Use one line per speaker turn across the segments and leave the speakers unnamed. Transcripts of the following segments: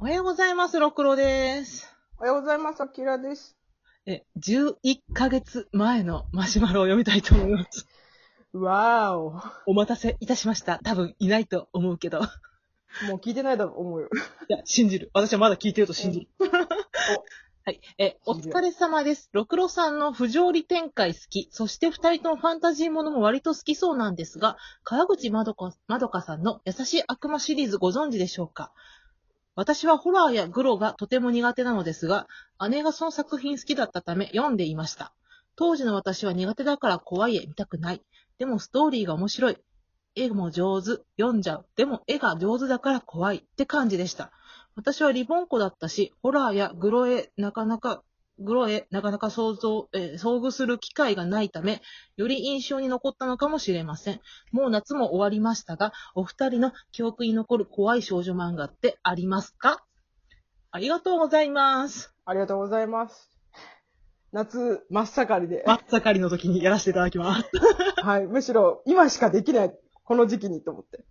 おはようございます、ろくろです。
おはようございます。あきらです。
え、11ヶ月前のマシュマロを読みたいと思います。
わーお。も
お待たせいたしました。多分いないと思うけど。
う聞いてないだろう、思うよ。
いや、信じる。私はまだ聞いてると信じる。 はい。え、お
信じ
疲
る
れ様です。ろくろさんの不条理展開好き。そして二人ともファンタジーものも割と好きそうなんですが、川口まどか、まどかさんの優しい悪魔シリーズご存知でしょうか私はホラーやグロがとても苦手なのですが、姉がその作品好きだったため読んでいました。当時の私は苦手だから怖い絵見たくない。でもストーリーが面白い。絵も上手。読んじゃう。でも絵が上手だから怖いって感じでした。私はリボン子だったし、ホラーやグロ絵なかなか、グロ絵なかなか想像、えー遭遇する機会がないため、より印象に残ったのかもしれません。もう夏も終わりましたが、お二人の記憶に残る怖い少女漫画ってありますかありがとうござい ます。
ありがとうございます。夏、真っ盛りで。
真っ盛りの時にやらせていただきます。
はい。むしろ、今しかできない。この時期にと思って。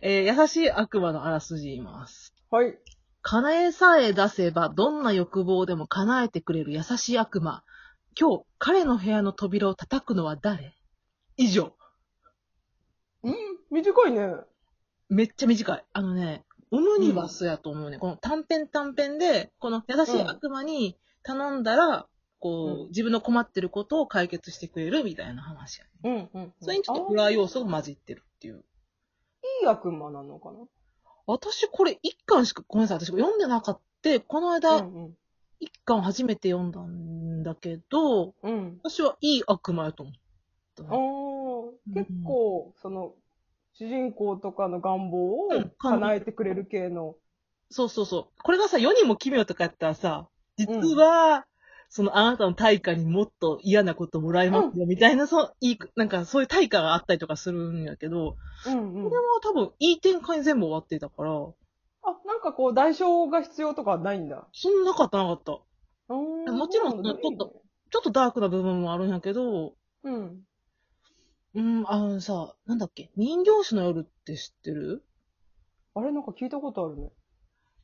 えー優しい悪魔のあらすじ言います。
はい。
叶えさえ出せば、どんな欲望でも叶えてくれる優しい悪魔。今日、彼の部屋の扉を叩くのは誰以上。
うん短いね。
めっちゃ短い。あのね、オムニバスやと思うね。この短編短編で、この優しい悪魔に頼んだら、こ
うん
う、自分の困ってることを解決してくれるみたいな話やね。
うん、うん。
それにちょっとホ
あ
ラー要素が混じってるっていう。
いい悪魔なのかな
私これ一巻しか、ごめんなさい、私読んでなかった。この
う
間、
ん、うん。
一巻初めて読んだんだけど、
うん。
私はいい悪魔やと思ったな。
おー結構、その、主人公とかの願望を
うん
叶えてくれる系の。
そうそうそう。これがさ、世にも奇妙とかやったらさ、実は、そのあなたの対価にもっと嫌なこともらえますよ、みたいな、そう、いい、なんかそういう対価があったりとかするんやけど、
うん、うん
これは多分いい展開に全部終わってたから、
あ、なんかこう、代償が必要とかはないんだ。
そんななかったなかった。ちょも
も
ちろんそのちょっと。っとダークな部分もあるんやけど、
うん。
うん、あのさ、なんだっけ、人形師の夜って知ってる
あれなんか聞いたことあるね。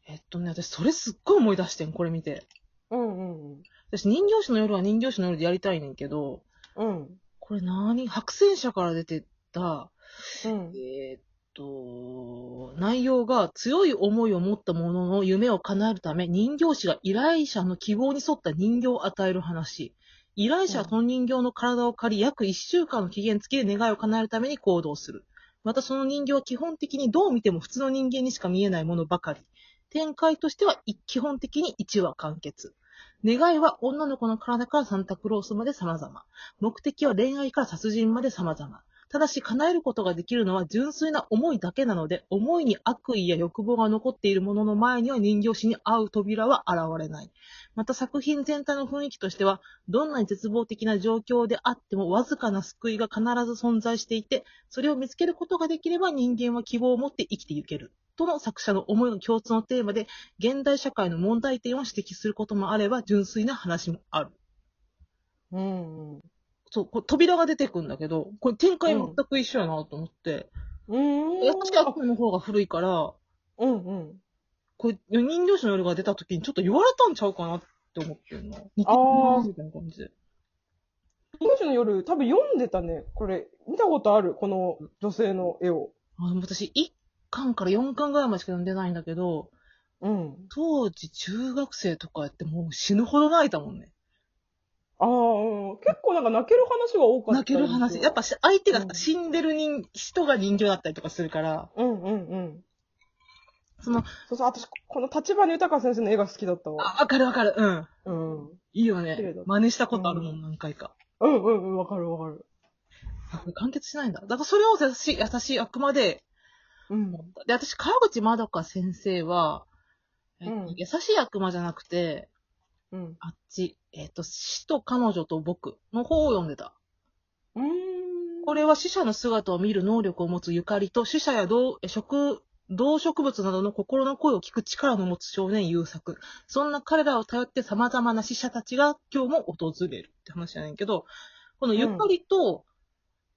えっとね、私それすっごい思い出してん、これ見て。
うんうん
私人形師の夜は人形師の夜でやりたいねんけど、
うん。うん。
これ何白戦車から出てた、
うん。
えーっと、内容が強い思いを持った者の夢を叶えるため、人形師が依頼者の希望に沿った人形を与える話。依頼者はその人形の体を借り、約1週間の期限付きで願いを叶えるために行動する。またその人形は基本的にどう見ても普通の人間にしか見えないものばかり。展開としては基本的に1話完結。願いは女の子の体からサンタクロースまで様々。目的は恋愛から殺人まで様々。ただし叶えることができるのは純粋な思いだけなので、思いに悪意や欲望が残っているものの前には人形師に合う扉は現れない。また作品全体の雰囲気としては、どんなに絶望的な状況であってもわずかな救いが必ず存在していて、それを見つけることができれば人間は希望を持って生きていける。との作者の思いの共通のテーマで、現代社会の問題点を指摘することもあれば、純粋な話もある。
うん。
そう、こう扉が出てくんだけど、これ展開全く一緒やなと思って、
うん。
優しい悪魔の方が古いから、
うんうん。
これ人形師の夜が出た時にちょっと言われたんちゃうかなって思ってるな。似てるなみたいな感じで。
人形師の夜、多分読んでたね。これ、見たことある。この女性の絵を。
あでも私、1巻から4巻ぐらいまでしか読んでないんだけど、
うん。
当時中学生とかやってもう死ぬほど泣いたもんね。
ああ、うん。結構なんか泣ける話が多かった。
泣ける話。やっ。ぱし相手がさ
うん
死んでる人人が人形だったりとかするから、
うんうんうん。
その、
そうそう、私、この立花豊先生の絵が好きだったわ。
あ、わかるわかる。うん。
うん。
いいよ
綺麗
ね
だ。
真似したことあるも、
うん
何回か。
うんうんうん、わかるわかる。
あこれ完結しないんだ。だからそれを優しい、優しいあくまで、
うん。
で、私、川口まどか先生は、えっと
うん
優しい悪魔じゃなくて、
うん。
あっち、えっと、死と彼女と僕の方を読んでた。
うーん。
これは死者の姿を見る能力を持つゆかりと、死者や動え植動植物などの心の声を聞く力の持つ少年優作。そんな彼らを頼って様々な死者たちが今日も訪れるって話じゃないけど、このゆかりと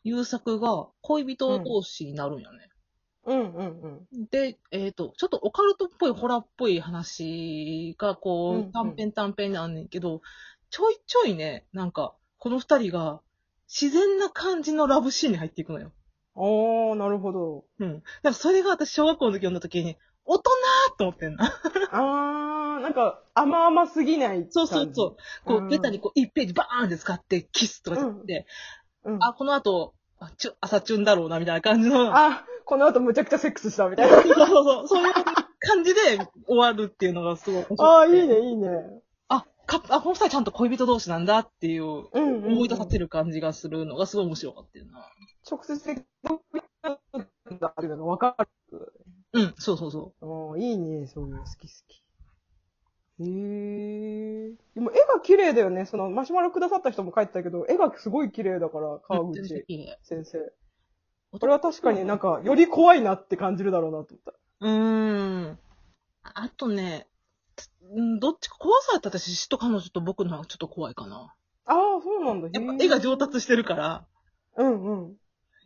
優作が恋人同士になるんよね。
うんうんうん。
で、えっ、と、ちょっとオカルトっぽいホラーっぽい話が、こ
うんうん
う、短編短編にあんねんけど、ちょいちょいね、なんか、この二人が、自然な感じのラブシーンに入っていくのよ。
ああ、なるほど。
うん。だからそれが私、小学校の時読んだ時に、大人ーと思 ってんな。
ああ、なんか、甘々すぎない感じ。
そうそうそう。こ
うん
う、ベタにこう、1ページバーンって使って、キスとかやって、
う。ん、
あ、この後、あちゅ朝チュンだろうな、みたいな感じの。
あ、この後むちゃくちゃセックスしたみたいな。
そうそうそう。そういう感じで終わるっていうのがすごい面白くて
ああ、いいね、いいね。
あ、カップ、あ、この際ちゃんと恋人同士なんだっていう、
うんうんうん
思い出させる感じがするのがすごい面白かったよな。
直接的に、だっていうのがわかる。
うん、そうそうそ
ああ、いいね、そういうの好き好き。へえ。でも絵が綺麗だよね。そのマシュマロくださった人も書いてたけど、絵がすごい綺麗だから、
う。
川
めっちゃ
口
綺麗
先生。これは確かになんか、より怖いなって感じるだろうなと思った。
うーん。あとね、うんどっちか怖さだったら私、詩と彼女と僕の方がちょっと怖いかな。
ああ、そうなんだ。
やっぱ
へえ
絵が上達してるから、
うんうん。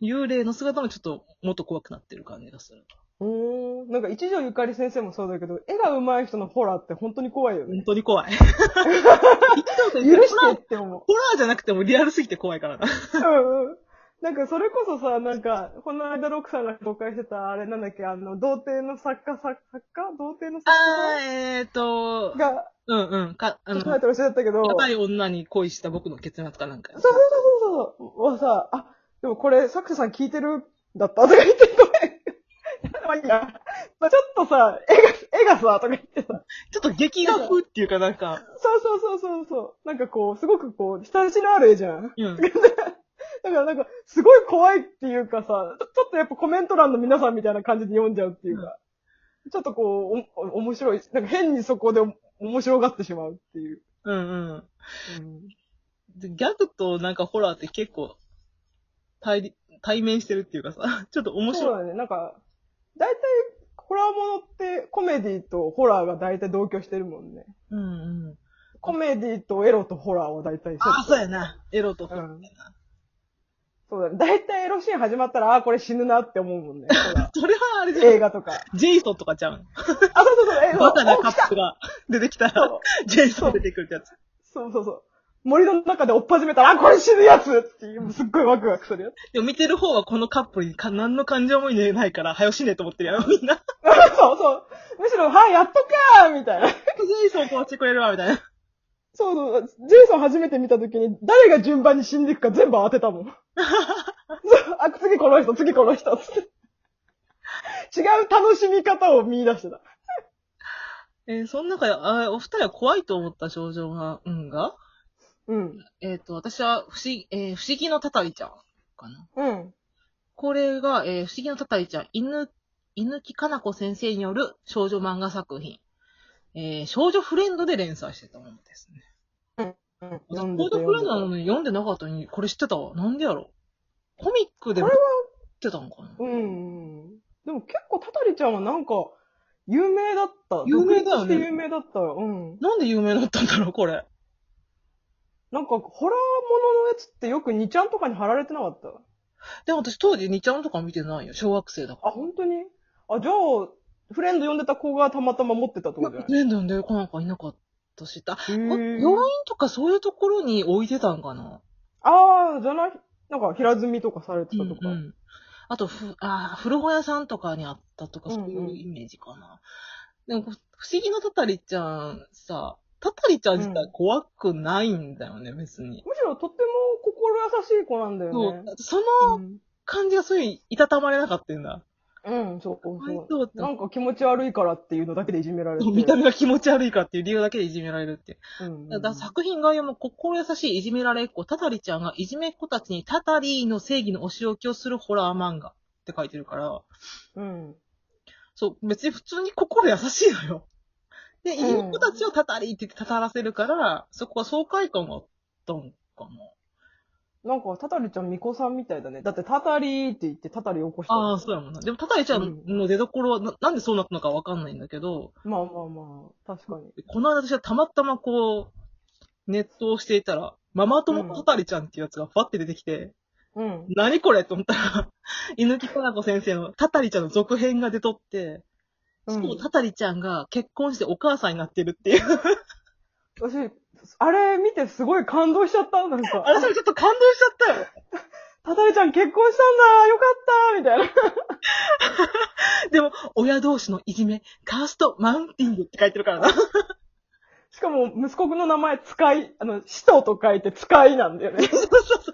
幽霊の姿もちょっともっと怖くなってる感じがする。
おーなんか一条ゆかり先生もそうだけど、絵が上手い人のホラーって本当に怖いよね。
本当に怖い。
許
許し
して
て
って思う。
ホラーじゃなくてもリアルすぎて怖いからな。
うんうん。なんかそれこそさ、なんか、この間ロックさんが公開してた、あれなんだっけ、あの、童貞の作家、作作家童貞の作
あー、えーと
家、が、
うんうん、か、あ
ちょっ
の
と、前とおっしゃったけど、そう
若い女に恋した僕の結末かなんか。
そうそうそうそう、はさ、あ、でもこれ、作者さん聞いてるんだったとか言って、ごめん。いやまあ、ちょっとさ、絵が、絵がさ、とか言ってさ、
ちょっと劇画風っていうかなんか、
そうそうそうそうそう、なんかこう、すごくこう、親しのある絵じゃん。
うん。
だからなんか、すごい怖いっていうかさ、ちょちょっとやっぱコメント欄の皆さんみたいな感じで読んじゃうっていうか、ちょっとこう、おお面白い、なんか変にそこでお面白がってしまうっていう。
うんうん。
うん
でギャグとなんかホラーって結構対立、対面してるっていうかさ、 ちょっと面
そう
白い。
だね、なんか、大体、ホラーものってコメディとホラーが大体同居してるもんね。
うんうん。
コメディとエロとホラーを大体セット
ああ、そうやな。エロとホラーみたいな。
そうだね。大体エロシーン始まったら、ああ、これ死ぬなって思う もんね。ホラ
それはあれ
ー
じゃん。
映画とか。
ジェイソンとかちゃうん。
あ、そうそうそう、映
バカなカ
画。
ップが出てきた
そう
ら、ジェイソン出てくるってやつ。
そうそうそう。森の中で追っ始めたら、あ、これ死ぬやつっていう、すっごいワクワクするやつ。
でも見てる方はこのカップルにか何の感情も入れないから、早よ死ねと思ってるやろ、みんな。
そうそう。むしろ、はい、やっとかーみたいな。
ジェイソン殺してくれるわ、みたいな。
そうそう。ジェイソン初めて見た時に、誰が順番に死んでいくか全部当てたもん。そうあ、次この人、次この人、つって。違う楽しみ方を見出してた。
えーその中で、あーお二人は怖いと思った症状が、うんが
うん。
えっ、と、私は、不思議、えー不思議のたたりちゃんかな。
うん。
これが、えー不思議のたたりちゃん、犬、犬木かな子先生による少女漫画作品。えー少女フレンドで連載してたものですね。
う
少
ん。
女フレンドな
こ
のに読んでなかったのに、これ知ってたわ。なんでやろう。コミックで
れ
も
は
売、ってたのかな
うん。でも結構、たたりちゃんはなんか、有名だった。
有名だよね
独立して有名だった。うん。
なんで有名だったんだろう、これ。
なんか、ホラーもののやつってよく2ちゃんとかに貼られてなかった。
でも私当時、ニちゃんとか見てないよ。小学生だか
あ、本当にあ、じゃあ、フレンド呼んでた子がたまたま持ってたってこ
ら。
とじゃない
フレンド読んでる子なんかいなかったし、あ
へー
病院とかそういうところに置いてたんかな。
ああ、じゃない、なんか平積みとかされてたと
う
か。
んうんあとふ、あー古本屋さんとかにあったとか、
うん
そううんいうイメージかな。でも、不思議なたたりちゃんさ、たたりちゃん自体怖くないんだよね、別に。
むしろとっても心優しい子なんだ
そ
よ
う
ね。
その
うん、
感じがそういう、いたたまれなかったんだ。
うん、そうそう
かわい
そ
そう
う。なんか気持ち悪いからっていうのだけでいじめられて。
見た目が気持ち悪いからっていう理由だけでいじめられるっていう。
うん、
だから作品側も心優しいいじめられっ子、たたりちゃんがいじめっ子たちにたたりの正義のお仕置きをするホラー漫画って書いてるから。
うん。
そう、別に普通に心優しいのよ。 で、いい子たちをたたりって言ってたたらせるから、そこは爽快感があったんかな。
なんか、たたりちゃん、巫女さんみたいだね。だって、たたりって言って、たたり起こした。
ああ、そうやもんな。でも、たたりちゃんの出所はな、なんでそうなったのかわかんないんだけど、
まあまあまあ、確かに。
この間私はたまたまこう、ネットをしていたら、ママ友たたりちゃんっていうやつがファって出てきて、
うん。
何これと思ったら、 犬木かな子先生のたたりちゃんの続編が出とって、しかもたたりちゃんが結婚してお母さんになってるっていう。
私、あれ見てすごい感動しちゃった。なんか、
あれそれちょっと感動しちゃったよ。
たたりちゃん結婚したんだよかったみたいな。
でも、親同士のいじめ、カーストマウンティングって書いてるからな。
しかも、息子の名前、使い、あの、使徒と書いて使いなん だよね。
そうそうそう。早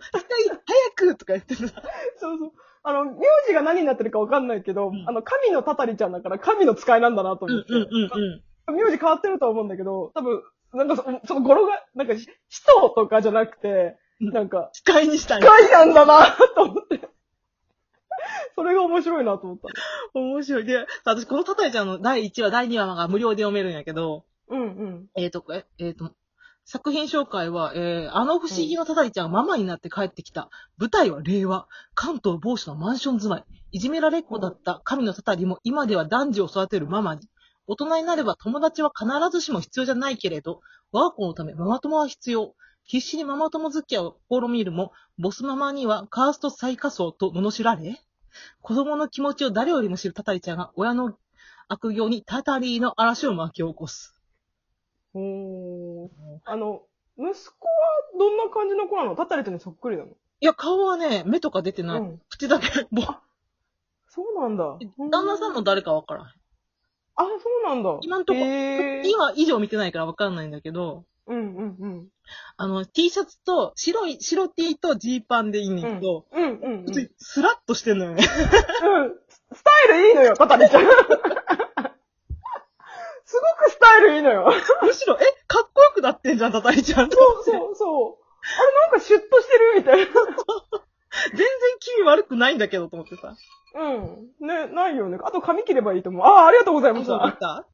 くとか言ってるな。
そうそう。あの、名字が何になってるかわかんないけど、
ん
あの、神のたたりちゃんだから神の使いなんだなと
う
思っ
ん
て。
うんうん うん。
名字変わってるとは思うんだけど、多分、なんかそ、その語呂が、なんか、し人とかじゃなくて、
うん
なんか、
司会にしたい。
使いなんだなと思って。それが面白いなと思った。
面白い。で、私このたたりちゃんの第1話、第2話が無料で読めるんやけど、
うんうん。
えっ、と、えっ、えーと、作品紹介は、えー、あの不思議のたたりちゃんがママになって帰ってきた。舞台は令和。関東某所のマンション住まい。いじめられっ子だった神のたたりも今では男児を育てるママに。大人になれば友達は必ずしも必要じゃないけれど、我が子のためママ友は必要。必死にママ友付き合いを試みるも、ボスママにはカースト最下層と罵られ、子供の気持ちを誰よりも知るたたりちゃんが親の悪行にたたりの嵐を巻き起こす。
おー。あの、息子はどんな感じの子なのたたりちゃんにそっくりなの
いや、顔はね、目とか出てない。
うん。
口だけ、 ぼ、旦
そうなんだ。
那さんの誰かわからん。
あ、そうなんだ。
今んとこ
へー
今以上見てないからわかんないんだけど、
うんうんうん。
あの、T シャツと、白い、白 T とジーパンでいいねんけど、
うんうん、うん。
ちょっとスラッとしてんのよね。
うん。スタイルいいのよ、たたりちゃん。す ごくスタイルいいのよ。
むしろ、え、かっこよくなってんじゃん、たたりちゃん。
そうそうそう。あれなんかシュッとしてるみたい
全然気味悪くないんだけど、と思ってさ。
な。うん。ね、ないよね。あと髪切ればいいと思う。ああ、ありがとうございまし
そう
た
だっ。た